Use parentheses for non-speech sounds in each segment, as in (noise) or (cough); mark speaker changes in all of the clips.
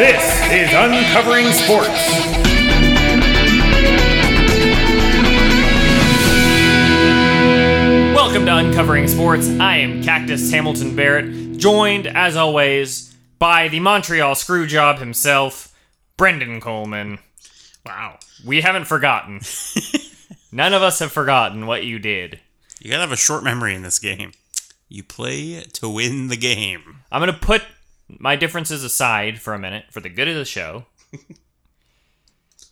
Speaker 1: is Uncovering Sports.
Speaker 2: Welcome to Uncovering Sports. I am Cactus Hamilton Barrett, joined, as always, by the Montreal Screwjob himself, Brendan Coleman.
Speaker 3: Wow.
Speaker 2: We haven't forgotten. None of us have forgotten what you did.
Speaker 3: You gotta have a short memory in this game. You play to win the game.
Speaker 2: I'm going to put my differences aside for a minute for the good of the
Speaker 3: (laughs)
Speaker 2: show.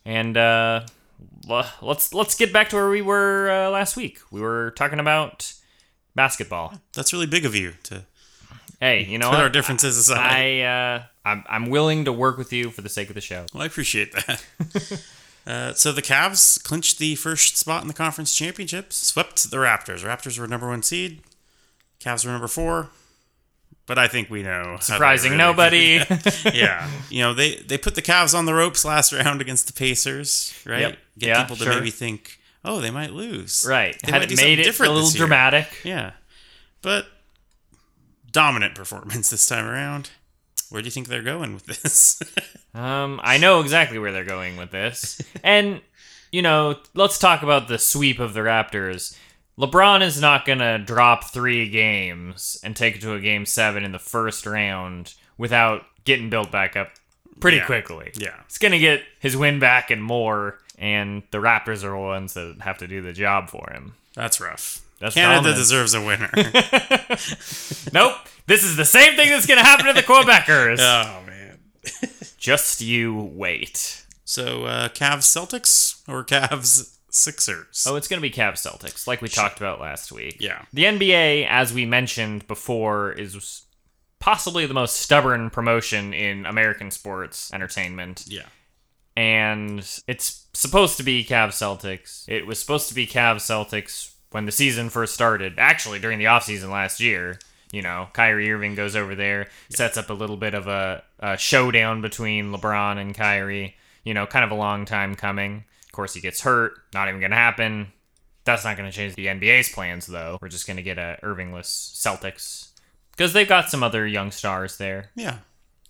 Speaker 2: and uh, l- let's let's get back to where we were uh, last week. We were talking about basketball.
Speaker 3: That's really big of you to
Speaker 2: Hey, you know
Speaker 3: put our
Speaker 2: what?
Speaker 3: differences aside.
Speaker 2: I uh, I'm, I'm willing to work with you for the sake of the show.
Speaker 3: well, I appreciate that. (laughs) uh, so the Cavs clinched the first spot in the conference championships, swept the Raptors. Raptors were number one seed, Cavs were number four. But I think we know. how they
Speaker 2: Surprising
Speaker 3: really- (laughs)
Speaker 2: nobody. (laughs)
Speaker 3: yeah. You know, they, they put the Cavs on the ropes last round against the Pacers, right?
Speaker 2: Yep.
Speaker 3: Get
Speaker 2: Yeah,
Speaker 3: people to
Speaker 2: sure.
Speaker 3: maybe think, oh, they might lose.
Speaker 2: right.
Speaker 3: They
Speaker 2: Had
Speaker 3: might
Speaker 2: it
Speaker 3: do
Speaker 2: made
Speaker 3: something
Speaker 2: it a
Speaker 3: different
Speaker 2: little
Speaker 3: this year.
Speaker 2: dramatic.
Speaker 3: Yeah. But dominant performance this time around. Where do you think they're going with this? (laughs)
Speaker 2: Um, I know exactly where they're going with
Speaker 3: (laughs)
Speaker 2: this. and, you know, let's talk about the sweep of the Raptors. LeBron is not going to drop three games and take it to a game seven in the first round without getting built back up pretty
Speaker 3: Yeah.
Speaker 2: quickly.
Speaker 3: yeah.
Speaker 2: He's going to get his win back and more, and the Raptors are the ones that have to do the job for
Speaker 3: (laughs)
Speaker 2: him.
Speaker 3: That's rough.
Speaker 2: That's
Speaker 3: Canada
Speaker 2: dominant.
Speaker 3: deserves a
Speaker 2: (laughs)
Speaker 3: winner.
Speaker 2: Nope. This is the same thing that's going to happen to the
Speaker 3: (laughs)
Speaker 2: Quebecers.
Speaker 3: oh man.
Speaker 2: Just you wait.
Speaker 3: So uh Cavs Celtics or Cavs Sixers?
Speaker 2: Oh, it's going to be Cavs Celtics, like we talked about last week.
Speaker 3: yeah.
Speaker 2: The NBA, as we mentioned before, is possibly the most stubborn promotion in American sports entertainment.
Speaker 3: Yeah.
Speaker 2: And it's supposed to be Cavs Celtics. It was supposed to be Cavs Celtics when the season first started, actually during the offseason last year. You know, Kyrie Irving goes over there, sets up a little bit of a, a showdown between LeBron and Kyrie. You know, kind of a long time coming. Of course, he gets hurt. Not even going to happen. That's not going to change the NBA's plans, though. We're just going to get a Irvingless Celtics because they've got some other young stars there.
Speaker 3: Yeah.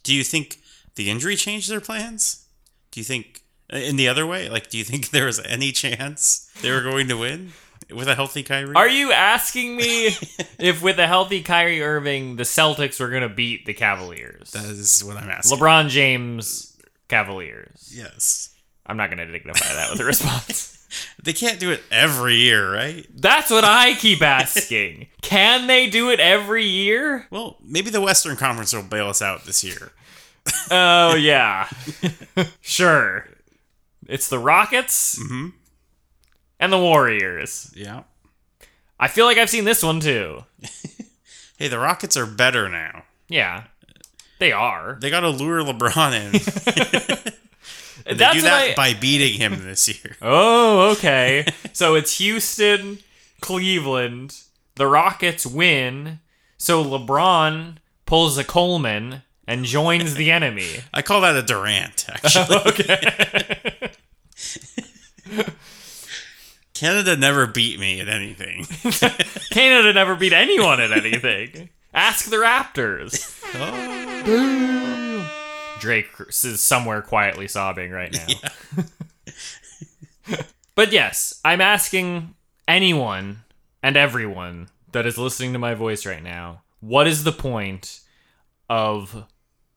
Speaker 3: Do you think the injury changed their plans? Do you think uh, in the other way? Like do you think (laughs) there was any chance they were going to win with a healthy Kyrie?
Speaker 2: Are you asking me
Speaker 3: (laughs)
Speaker 2: if, with a healthy Kyrie Irving, the Celtics were going to beat the Cavaliers?
Speaker 3: that is what I'm asking.
Speaker 2: LeBron James Cavaliers.
Speaker 3: yes.
Speaker 2: I'm not going to dignify that with a
Speaker 3: (laughs)
Speaker 2: response.
Speaker 3: They can't do it every year, right?
Speaker 2: That's what I keep asking. Can they do it every year?
Speaker 3: Well, maybe the Western Conference will bail us out this year.
Speaker 2: Oh,
Speaker 3: (laughs)
Speaker 2: yeah. sure. It's the Rockets
Speaker 3: Mhm.
Speaker 2: and the Warriors.
Speaker 3: Yeah.
Speaker 2: I feel like I've seen this one too.
Speaker 3: Hey, the Rockets are better now.
Speaker 2: Yeah. They are.
Speaker 3: They got to lure
Speaker 2: (laughs)
Speaker 3: LeBron in. And they
Speaker 2: That's
Speaker 3: do
Speaker 2: what
Speaker 3: that
Speaker 2: I-
Speaker 3: by beating him this year.
Speaker 2: Oh, okay. so it's Houston, Cleveland. The Rockets win. So LeBron pulls a Coleman and joins the enemy.
Speaker 3: I call that a
Speaker 2: (laughs)
Speaker 3: Durant, actually. (laughs) Canada never beat me at
Speaker 2: (laughs)
Speaker 3: anything.
Speaker 2: Canada never beat anyone at anything. Ask the Raptors. Drake is somewhere quietly sobbing right now. (laughs) but yes, I'm asking anyone and everyone that is listening to my voice right now what is the point of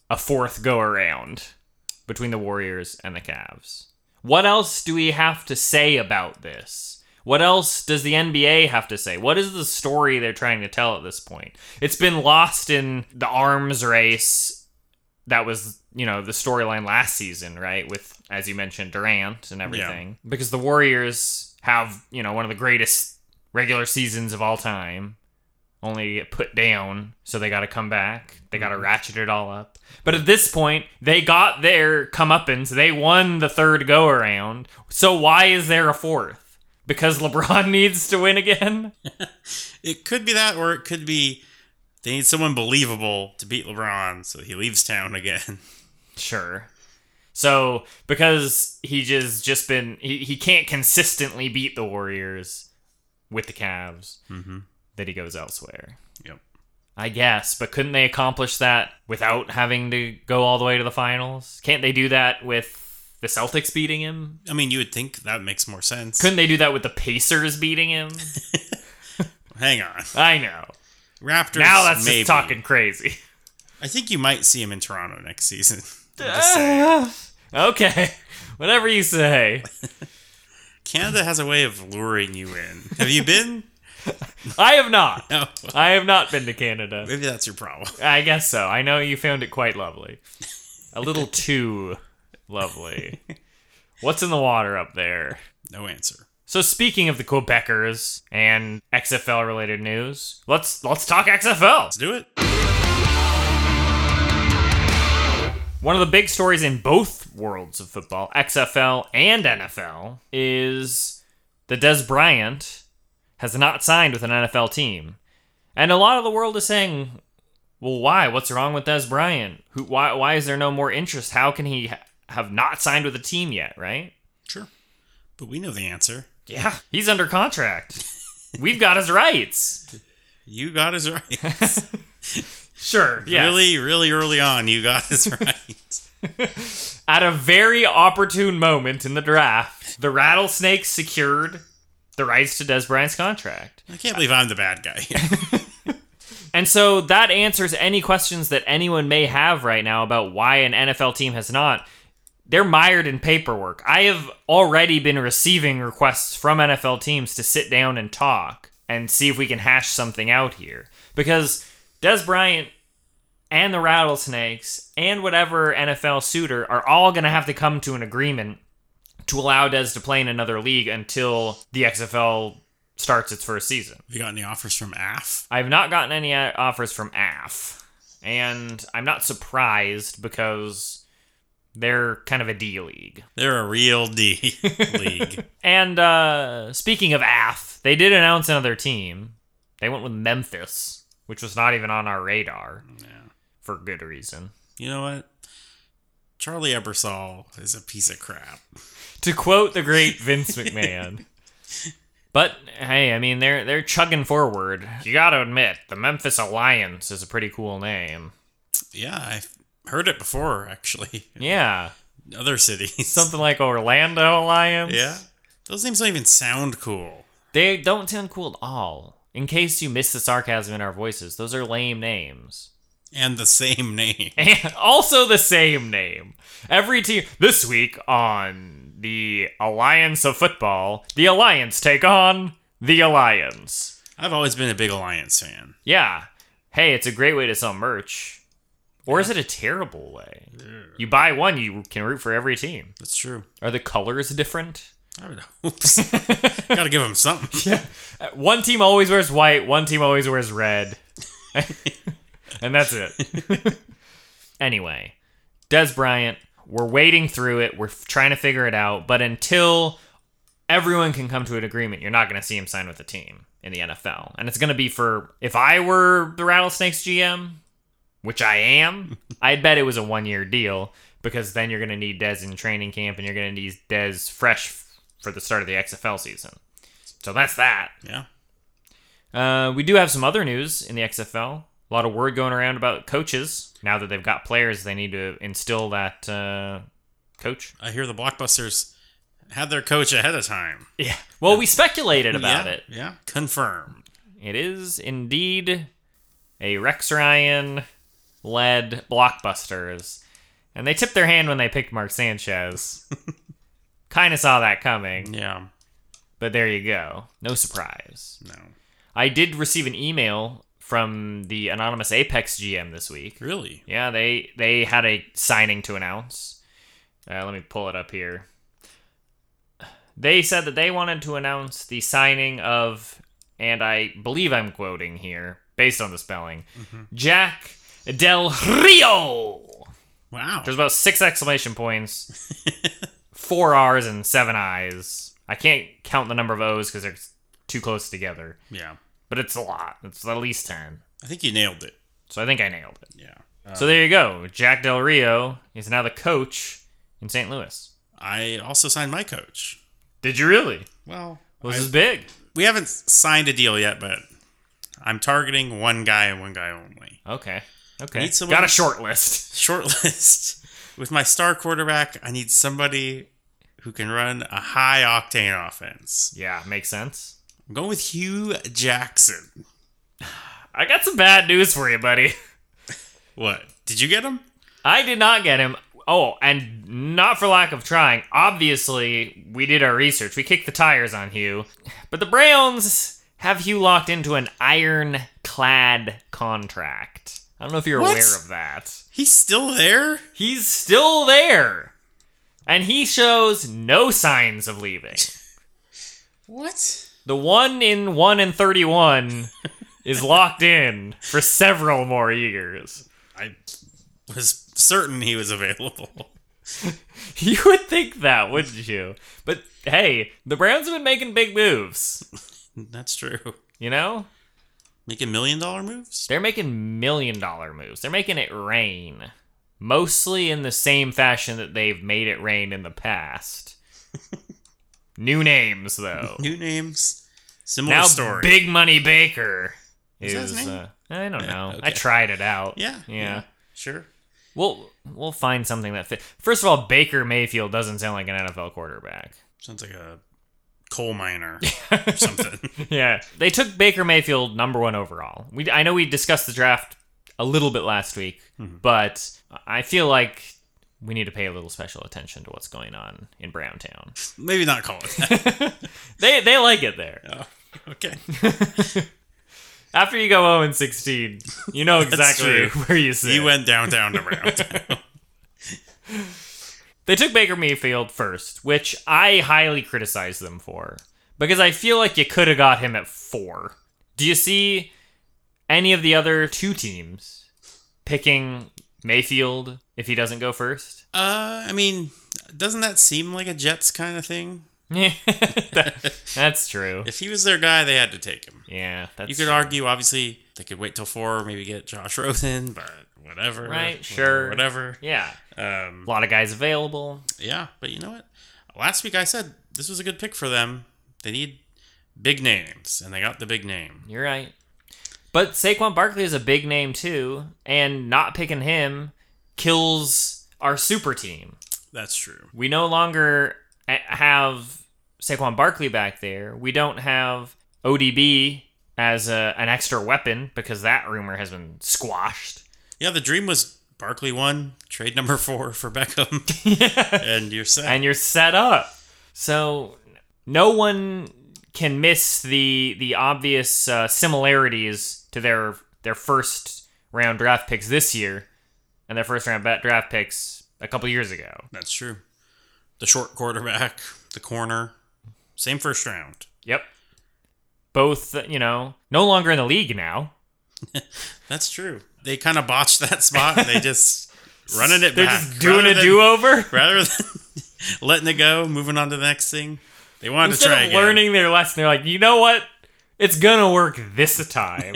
Speaker 2: a fourth go around between the Warriors and the Cavs? What else do we have to say about this? What else does the NBA have to say? What is the story they're trying to tell at this point? It's been lost in the arms race that was, you know, the storyline last season, right? With, as you mentioned, Durant and everything. Because the Warriors have, you know, one of the greatest regular seasons of all time only to get put down, so they got to come back. They got to ratchet it all up. But at this point, they got their comeuppance. They won the third go around. So why is there a fourth? Because (laughs) LeBron needs to win again?
Speaker 3: It could be that, or it could be they need someone believable to beat LeBron, so he leaves town again. (laughs)
Speaker 2: Sure. So because he just just been he, he can't consistently beat the Warriors with the Cavs
Speaker 3: Mm-hmm.
Speaker 2: that he goes elsewhere.
Speaker 3: Yep.
Speaker 2: I guess, but couldn't they accomplish that without having to go all the way to the finals? Can't they do that with the Celtics beating him?
Speaker 3: I mean, you would think that makes more sense.
Speaker 2: Couldn't they do that with the Pacers beating him?
Speaker 3: Hang on.
Speaker 2: I
Speaker 3: (laughs)
Speaker 2: know.
Speaker 3: Raptors.
Speaker 2: Now that's
Speaker 3: maybe.
Speaker 2: just talking crazy.
Speaker 3: I think you might see him in Toronto next season. (laughs) I'm just saying.
Speaker 2: (laughs) okay. Whatever you say.
Speaker 3: Canada has a way of luring you in. Have you been? (laughs)
Speaker 2: I have not.
Speaker 3: No.
Speaker 2: I have not been to
Speaker 3: (laughs)
Speaker 2: Canada.
Speaker 3: Maybe that's your problem.
Speaker 2: I guess so. I know you found it quite lovely. A little too lovely. What's in the water up there?
Speaker 3: No answer.
Speaker 2: So speaking of the Quebecers and XFL related news, let's let's talk XFL.
Speaker 3: Let's do it.
Speaker 2: One of the big stories in both worlds of football, XFL and NFL, is that Des Bryant has not signed with an NFL team. And a lot of the world is saying, well, why? What's wrong with Des Bryant? Who, why, why is there no more interest? How can he ha- have not signed with a team yet, right?
Speaker 3: Sure. But we know the answer.
Speaker 2: Yeah. He's under (laughs) contract. We've got his rights.
Speaker 3: You got us (laughs) right.
Speaker 2: Sure. Yeah.
Speaker 3: Really, really early on, you got us (laughs) right.
Speaker 2: At a very opportune moment in the draft, the Rattlesnakes secured the rights to Des Bryant's contract.
Speaker 3: I can't believe I'm the bad guy. here.
Speaker 2: And so that answers any questions that anyone may have right now about why an NFL team has not. They're mired in paperwork. I have already been receiving requests from NFL teams to sit down and talk and see if we can hash something out here. Because Des Bryant and the Rattlesnakes and whatever NFL suitor are all going to have to come to an agreement to allow Des to play in another league until the XFL starts its first season.
Speaker 3: Have you got any offers from AF?
Speaker 2: I've not gotten any uh, offers from AF, and I'm not surprised because they're kind of a D league.
Speaker 3: They're a real (laughs) D league.
Speaker 2: And uh, speaking of AF, they did announce another team. They went with Memphis, which was not even on our radar
Speaker 3: Yeah.
Speaker 2: for good reason.
Speaker 3: You know what? Charlie Ebersol is a piece of crap.
Speaker 2: To quote the great Vince McMahon. But hey, I mean they're they're chugging forward. You got to admit, the Memphis Alliance is a pretty cool name.
Speaker 3: Yeah, I've heard it before, actually. (laughs)
Speaker 2: Yeah,
Speaker 3: In other cities.
Speaker 2: something like Orlando Alliance.
Speaker 3: Yeah. Those names don't even sound cool.
Speaker 2: They don't sound cool at all. In case you miss the sarcasm in our voices, those are lame names. (laughs)
Speaker 3: And the same (laughs) name.
Speaker 2: And also the same name. Every team. This week on the Alliance of Football, the Alliance take on the Alliance.
Speaker 3: I've always been a big Alliance fan.
Speaker 2: Yeah. Hey, it's a great way to sell merch. Or is it a terrible way? You buy one, you can root for every team.
Speaker 3: That's true.
Speaker 2: Are the colors different?
Speaker 3: I would hope
Speaker 2: (laughs)
Speaker 3: so. Gotta give them something.
Speaker 2: Uh, One team always wears white, one team always wears red. (laughs) and that's it. (laughs) anyway, Des Bryant, we're wading through it. We're f- trying to figure it out. But until everyone can come to an agreement, you're not going to see him sign with a team in the NFL. And it's going to be for, if I were the Rattlesnakes GM, which I (laughs) am, I bet it was a one year deal because then you're going to need Des in training camp and you're going to need Des fresh f- for the start of the XFL season. So that's that.
Speaker 3: Yeah.
Speaker 2: Uh, we do have some other news in the XFL. A lot of word going around about coaches. Now that they've got players, they need to instill that uh, coach.
Speaker 3: I hear the Blockbusters had their coach ahead of time.
Speaker 2: Yeah. Well, we speculated about
Speaker 3: yeah,
Speaker 2: it.
Speaker 3: Yeah. Confirmed.
Speaker 2: It is indeed a Rex Ryan led blockbusters. And they tipped their hand when they picked Mark Sanchez. kind of saw that coming,
Speaker 3: Yeah.
Speaker 2: but there you go. No surprise.
Speaker 3: No.
Speaker 2: I did receive an email from the anonymous Apex GM this week.
Speaker 3: Really?
Speaker 2: Yeah, they they had a signing to announce. Uh, let me pull it up here. They said that they wanted to announce the signing of, and I believe I'm quoting here based on the spelling, Jack Del Rio.
Speaker 3: Wow.
Speaker 2: There's about six exclamation points, four R's and seven I's. I can't count the number of O's because they're too close together,
Speaker 3: Yeah.
Speaker 2: but it's a lot. It's at least ten.
Speaker 3: I think you nailed it.
Speaker 2: So I think I nailed it.
Speaker 3: Yeah.
Speaker 2: So there you go. Jack Del Rio is now the coach in St. Louis.
Speaker 3: I also signed my coach.
Speaker 2: Did you really?
Speaker 3: Well,
Speaker 2: Well,
Speaker 3: I-
Speaker 2: this is big.
Speaker 3: we haven't signed a deal yet, but I'm targeting one guy and one guy only.
Speaker 2: Okay. Okay.
Speaker 3: need someone-
Speaker 2: Got a short list. (laughs)
Speaker 3: Short (laughs) list. With my star quarterback, I need somebody who can run a high octane offense.
Speaker 2: Yeah, makes sense.
Speaker 3: I'm going with Hugh Jackson.
Speaker 2: I got some bad news for you, buddy. (laughs)
Speaker 3: What? Did you get him?
Speaker 2: I did not get him. Oh, and not for lack of trying. Obviously, we did our research. We kicked the tires on Hugh. But the Browns have Hugh locked into an ironclad contract. I don't know if you're
Speaker 3: What?
Speaker 2: aware of that.
Speaker 3: He's still there?
Speaker 2: He's still there. And he shows no signs of leaving.
Speaker 3: What?
Speaker 2: The one in 1 and 31 is locked in for several more years.
Speaker 3: I was certain he was available. (laughs)
Speaker 2: You would think that, wouldn't you? But hey, the Browns have been making big moves.
Speaker 3: That's true.
Speaker 2: You know?
Speaker 3: Making million dollar moves?
Speaker 2: They're making million dollar moves. They're making it rain. Mostly in the same fashion that they've made it rain in the past. New names, though.
Speaker 3: New names. Similar
Speaker 2: now
Speaker 3: story.
Speaker 2: Big Money Baker
Speaker 3: Is
Speaker 2: is.
Speaker 3: that his name?
Speaker 2: Uh, I don't know. I
Speaker 3: okay.
Speaker 2: tried it out.
Speaker 3: Yeah,
Speaker 2: yeah.
Speaker 3: Sure.
Speaker 2: We'll we'll find something that fits. First of all, Baker Mayfield doesn't sound like an NFL quarterback. (laughs)
Speaker 3: Sounds like a coal miner or something.
Speaker 2: yeah, they took Baker Mayfield number one overall. We I know we discussed the draft a little bit last week,
Speaker 3: Mm-hmm.
Speaker 2: but I feel like we need to pay a little special attention to what's going on in Browntown.
Speaker 3: Maybe not coal. (laughs)
Speaker 2: They they like it there.
Speaker 3: Oh, okay.
Speaker 2: After you go 0 and 16, you
Speaker 3: (laughs)
Speaker 2: know exactly
Speaker 3: true.
Speaker 2: where you sit.
Speaker 3: You went downtown to round.
Speaker 2: They took Baker Mayfield first, which I highly criticize them for because I feel like you could have got him at four. Do you see any of the other two teams picking Mayfield if he doesn't go first? (laughs)
Speaker 3: uh, I mean, doesn't that seem like a Jets kind of thing?
Speaker 2: Yeah, that- that's true.
Speaker 3: If he was their guy, they had to take him.
Speaker 2: Yeah, that's
Speaker 3: You could argue, obviously, they could wait till four, maybe get Josh (laughs) Rosen, but whatever.
Speaker 2: Right, sure.
Speaker 3: Whatever.
Speaker 2: yeah.
Speaker 3: Um,
Speaker 2: A lot of guys available.
Speaker 3: yeah, but you know what? Last week I said this was a good pick for them. They need big names, and they got the big name.
Speaker 2: You're right. But Saquon Barkley is a big name too, and not picking him kills our super team.
Speaker 3: That's true.
Speaker 2: We no longer a- have Saquon Barkley back there. We don't have ODB as a, an extra weapon because that rumor has been squashed.
Speaker 3: Yeah, the dream was Barkley one, trade number (laughs) four for Beckham, (laughs) and you're set.
Speaker 2: and you're set up. So no one can miss the the obvious uh, similarities to their their first round draft picks this year and their first round bat draft picks a couple years ago.
Speaker 3: That's true. The short quarterback, the corner, same first round.
Speaker 2: Yep. Both, you know, no longer in the league now.
Speaker 3: That's true. They kind of botched that spot. And they
Speaker 2: (laughs)
Speaker 3: just running it
Speaker 2: They're
Speaker 3: back.
Speaker 2: just doing
Speaker 3: rather
Speaker 2: a
Speaker 3: than-
Speaker 2: do
Speaker 3: (laughs)
Speaker 2: over.
Speaker 3: rather than letting it go, moving on to the next thing. They wanted
Speaker 2: Instead
Speaker 3: to try
Speaker 2: of
Speaker 3: again.
Speaker 2: learning their lesson, they're like, you know what? It's gonna work this
Speaker 3: (laughs)
Speaker 2: time.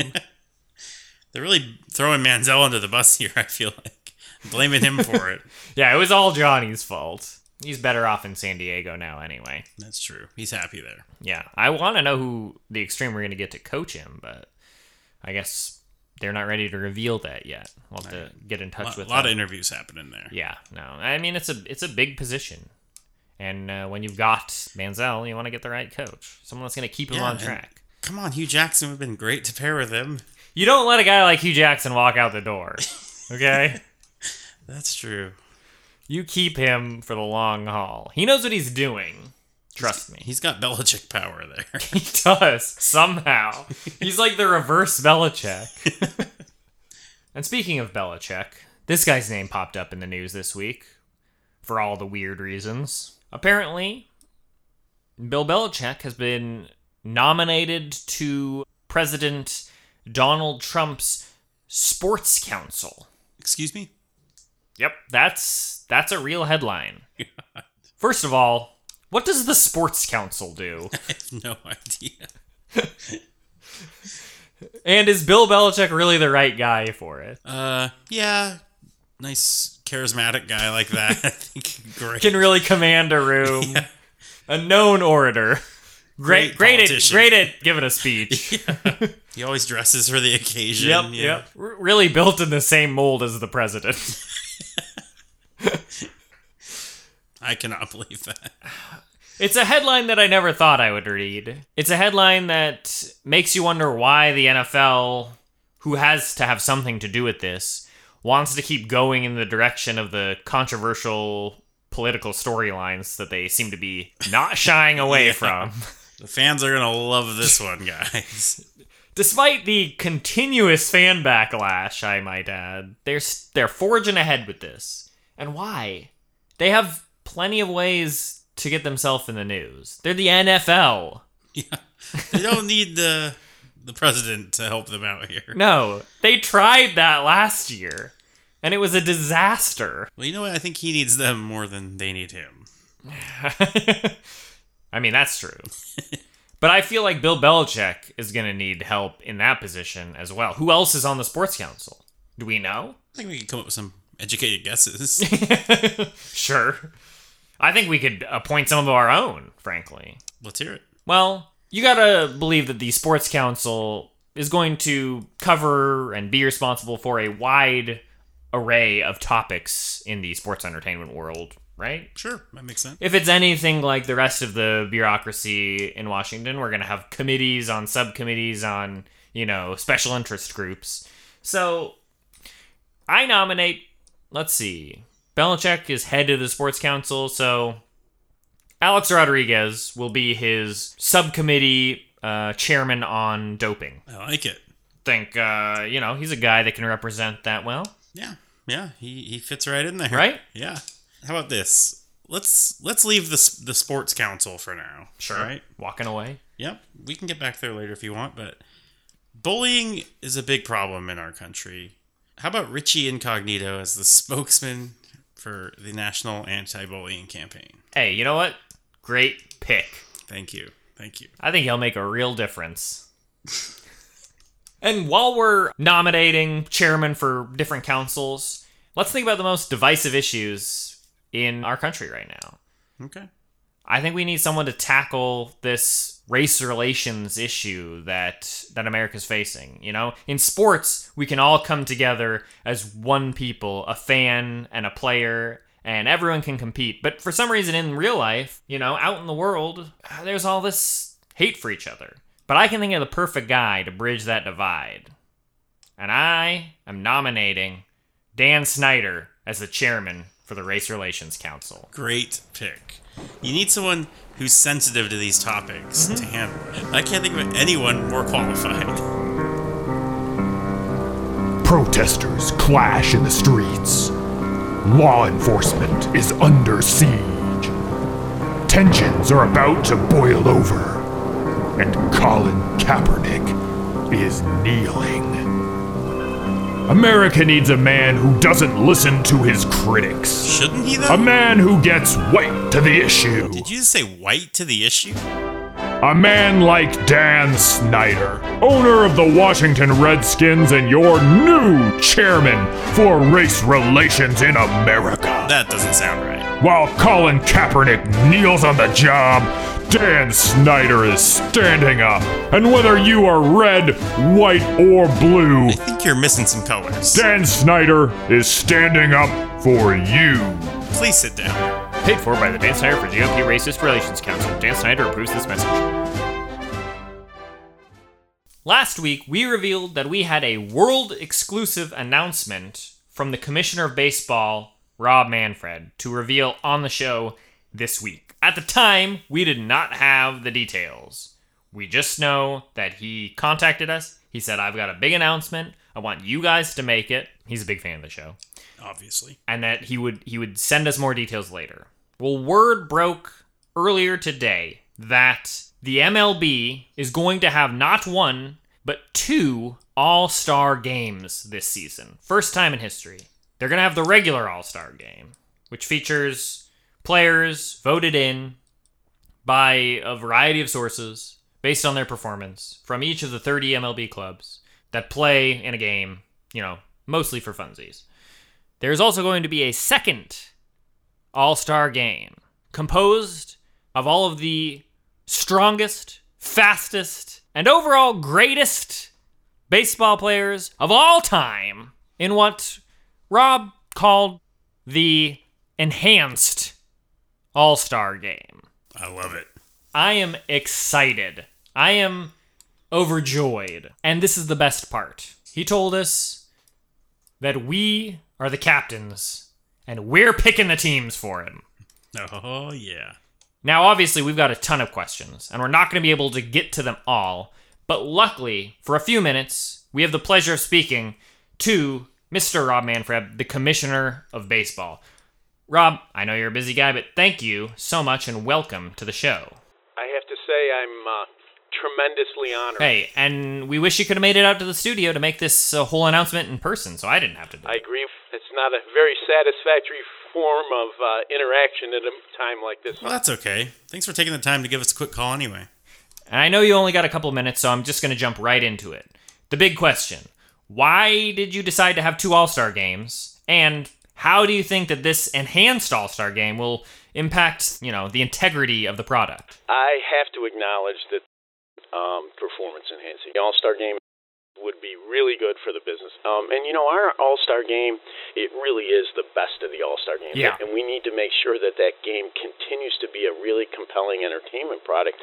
Speaker 3: They're really throwing Manziel under the bus (laughs) here. I feel like blaming him for it.
Speaker 2: yeah, it was all Johnny's fault. He's better off in San Diego now, anyway.
Speaker 3: That's true. He's happy there.
Speaker 2: Yeah, I want to know who the extreme we're going to get to coach him, but I guess they're not ready to reveal that yet. We'll have to get in
Speaker 3: A
Speaker 2: touch
Speaker 3: lot,
Speaker 2: with
Speaker 3: lot of
Speaker 2: them.
Speaker 3: interviews happening there.
Speaker 2: yeah, no, I mean it's a it's a big position, and uh, when you've got Manziel, you want to get the right coach, someone that's going to keep him
Speaker 3: Yeah,
Speaker 2: on
Speaker 3: and-
Speaker 2: track.
Speaker 3: Come on, Hugh Jackson would have been great to pair with him.
Speaker 2: You don't let a guy like Hugh Jackson walk out the door, okay? (laughs)
Speaker 3: That's true.
Speaker 2: you keep him for the long haul. He knows what he's doing. Trust me. (laughs)
Speaker 3: He's got Belichick power there. (laughs)
Speaker 2: He does somehow. He's like the reverse Belichick. and speaking of Belichick, this guy's name popped up in the news this week for all the weird reasons. Apparently, Bill Belichick has been nominated to President Donald Trump's Sports Council.
Speaker 3: Excuse me. (laughs)
Speaker 2: Yep, that's that's a real headline. First of all, what does the Sports Council do?
Speaker 3: I have no idea.
Speaker 2: And is Bill Belichick really the right guy for it?
Speaker 3: Uh, yeah, nice charismatic guy like (laughs) that. I think great.
Speaker 2: Can really command a room. A known orator. Great,
Speaker 3: Great
Speaker 2: great, at,
Speaker 3: politician.
Speaker 2: great at giving a speech.
Speaker 3: He always dresses for the occasion.
Speaker 2: yep,
Speaker 3: yeah.
Speaker 2: yep. R- really built in the same mold as the president.
Speaker 3: I cannot believe that.
Speaker 2: It's a headline that I never thought I would read. It's a headline that makes you wonder why the NFL, who has to have something to do with this, wants to keep going in the direction of the controversial political storylines that they seem to be not shying away
Speaker 3: Yeah.
Speaker 2: from.
Speaker 3: The fans are gonna love this one, guys.
Speaker 2: Despite the continuous fan backlash, I might add, they're s- they're forging ahead with this. And why? They have plenty of ways to get themselves in the news. They're the NFL.
Speaker 3: they don't need the the president to help them out here.
Speaker 2: (laughs) No, they tried that last year, and it was a disaster. (laughs)
Speaker 3: Well, you know what? I think he needs them more than they need him.
Speaker 2: I mean, that's true. But I feel like Bill Belichick is going to need help in that position as well. Who else is on the sports council? Do we know? (laughs)
Speaker 3: I think we can come up with some educated guesses.
Speaker 2: sure. I think we could appoint some of our own, frankly.
Speaker 3: Let's hear it.
Speaker 2: Well, you gotta believe that the Sports Council is going to cover and be responsible for a wide array of topics in the sports entertainment world, right?
Speaker 3: Sure, that makes sense.
Speaker 2: If it's anything like the rest of the bureaucracy in Washington, we're going to have committees on subcommittees on, you know, special interest groups. So I nominate, let's see, Belichick is head of the sports council. So Alex Rodriguez will be his subcommittee uh, chairman on doping.
Speaker 3: I like it.
Speaker 2: Think, uh, you know, he's a guy that can represent that well,
Speaker 3: Yeah, yeah, he, he fits right in there.
Speaker 2: right?
Speaker 3: Yeah. How about this? Let's let's leave the s- the sports council for now. All right.
Speaker 2: Walking away.
Speaker 3: Yep. We can get back there later if you want, but bullying is a big problem in our country. How about Richie Incognito as the spokesman for the National Anti-Bullying Campaign?
Speaker 2: Hey, you know what? Great pick.
Speaker 3: Thank you. Thank you.
Speaker 2: I think he'll make a real difference. and while we're nominating chairmen for different councils, let's think about the most divisive issues in our country right now.
Speaker 3: Okay.
Speaker 2: I think we need someone to tackle this race relations issue that that America's facing, you know? In sports, we can all come together as one people, a fan and a player, and everyone can compete. But for some reason in real life, you know, out in the world, there's all this hate for each other. But I can think of the perfect guy to bridge that divide. And I am nominating Dan Snyder as the chairman for the Race Relations Council.
Speaker 3: Great pick. You need someone who's sensitive to these topics to handle it. I can't think of anyone more qualified. (laughs)
Speaker 1: Protesters clash in the streets. Law enforcement is under siege. Tensions are about to boil over. And Colin Kaepernick is kneeling. America needs a man who doesn't listen to his critics.
Speaker 3: Shouldn't he though?
Speaker 1: A man who gets white to the issue.
Speaker 3: Did you just say white to the issue?
Speaker 1: A man like Dan Snyder, owner of the Washington Redskins and your new chairman for race relations in America.
Speaker 3: That doesn't sound right.
Speaker 1: While Colin Kaepernick kneels on the job, Dan Snyder is standing up. And whether you are red, white, or blue,
Speaker 3: I think you're missing some colors.
Speaker 1: Dan Snyder is standing up for you.
Speaker 3: Please sit down.
Speaker 2: Paid for by the Dan Snyder for GOP Racist Relations Council. Dan Snyder approves this message. Last week, we revealed that we had a world exclusive announcement from the Commissioner of Baseball, Rob Manfred, to reveal on the show this week. At the time, we did not have the details. We just know that he contacted us. He said, I've got a big announcement. I want you guys to make it. He's a big fan of the show
Speaker 3: Obviously.
Speaker 2: and that he would he would send us more details later. Well, word broke earlier today that the MLB is going to have not one but two All-Star games this season. First time in history. They're going to have the regular All-Star game, which features players voted in by a variety of sources based on their performance from each of the 30 MLB clubs that play in a game, you know, mostly for funsies. There's also going to be a second All Star game composed of all of the strongest, fastest, and overall greatest baseball players of all time in what Rob called the enhanced All Star game.
Speaker 3: I love it.
Speaker 2: I am excited. I am overjoyed. And this is the best part. He told us that we are the captains and we're picking the teams for him.
Speaker 3: Oh yeah.
Speaker 2: Now, obviously, we've got a ton of questions, and we're not going to be able to get to them all. But luckily, for a few minutes, we have the pleasure of speaking to Mr. Rob Manfred, the Commissioner of Baseball. Rob, I know you're a busy guy, but thank you so much and welcome to the show.
Speaker 4: I have to say I'm uh, tremendously honored.
Speaker 2: Hey, and we wish you could have made it out to the studio to make this uh, whole announcement in person, so I didn't have to do it.
Speaker 4: I agree. It's not a very satisfactory form of uh, interaction at a time like this.
Speaker 3: Well, that's okay. Thanks for taking the time to give us a quick call anyway.
Speaker 2: And I know you only got a couple minutes, so I'm just going to jump right into it. The big question Why did you decide to have two All Star games? And how do you think that this enhanced All Star game will impact, you know, the integrity of the product?
Speaker 4: I have to acknowledge that um, performance enhancing the All Star Game would be really good for the business. Um, and you know, our All Star Game, it really is the best of the All Star Game.
Speaker 2: Yeah.
Speaker 4: And we need to make sure that that game continues to be a really compelling entertainment product.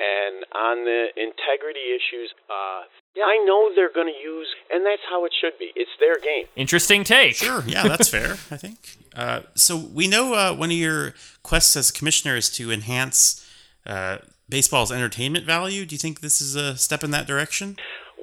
Speaker 4: And on the integrity issues, uh, I know they're going to use, and that's how it should be. It's their game.
Speaker 2: Interesting take.
Speaker 3: Sure. Yeah, that's fair. I think. Uh, so we know uh, one of your quests as commissioner is to enhance uh, baseball's entertainment value. Do you think this is a step in that direction?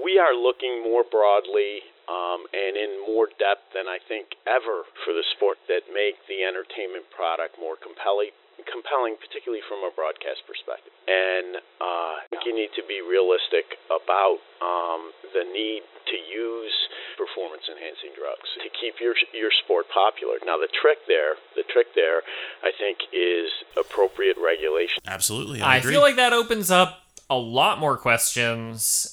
Speaker 4: we are looking more broadly um, and in more depth than I think ever for the sport that make the entertainment product more compelling, compelling particularly from a broadcast perspective. And uh, I think you need to be realistic about um, the need to use performance enhancing drugs to keep your your sport popular. Now the trick there, the trick there, I think is appropriate regulation.
Speaker 3: Absolutely.
Speaker 2: I
Speaker 3: I, agree.
Speaker 2: feel like that opens up a lot more questions,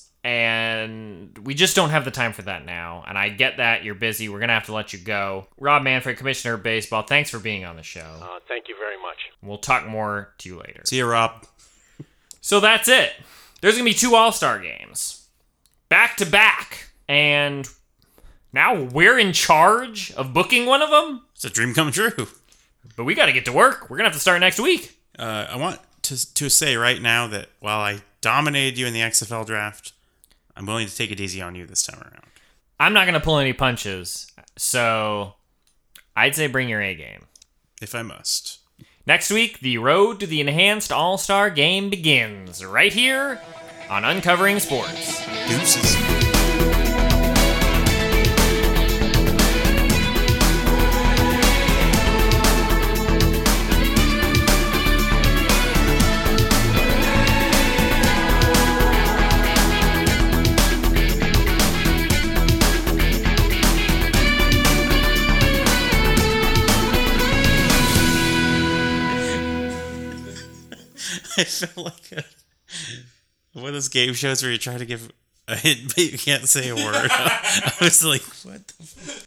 Speaker 2: and we just don't have the time for that now. And I get that you're busy. We're going to have to let you go. Rob Manfred, Commissioner of Baseball, thanks for being on the show.
Speaker 4: Uh, thank you very much.
Speaker 2: We'll talk more to you later.
Speaker 3: See you, Rob.
Speaker 2: So that's it. There's going to be two All Star games back to back. And now we're in charge of booking one of them.
Speaker 3: It's a dream come true.
Speaker 2: But we got to get to work. We're going to have to start next week.
Speaker 3: Uh, I want to to say right now that while I dominated you in the XFL draft, I'm willing to take it easy on you this time around.
Speaker 2: I'm not going to pull any punches. So I'd say bring your A game.
Speaker 3: If I must.
Speaker 2: Next week, the road to the enhanced All Star game begins right here on Uncovering Sports.
Speaker 3: Deuces. (laughs) I felt like a, one of those game (laughs) shows where you try to give a hint but you can't say a word. I was like, what the? F-?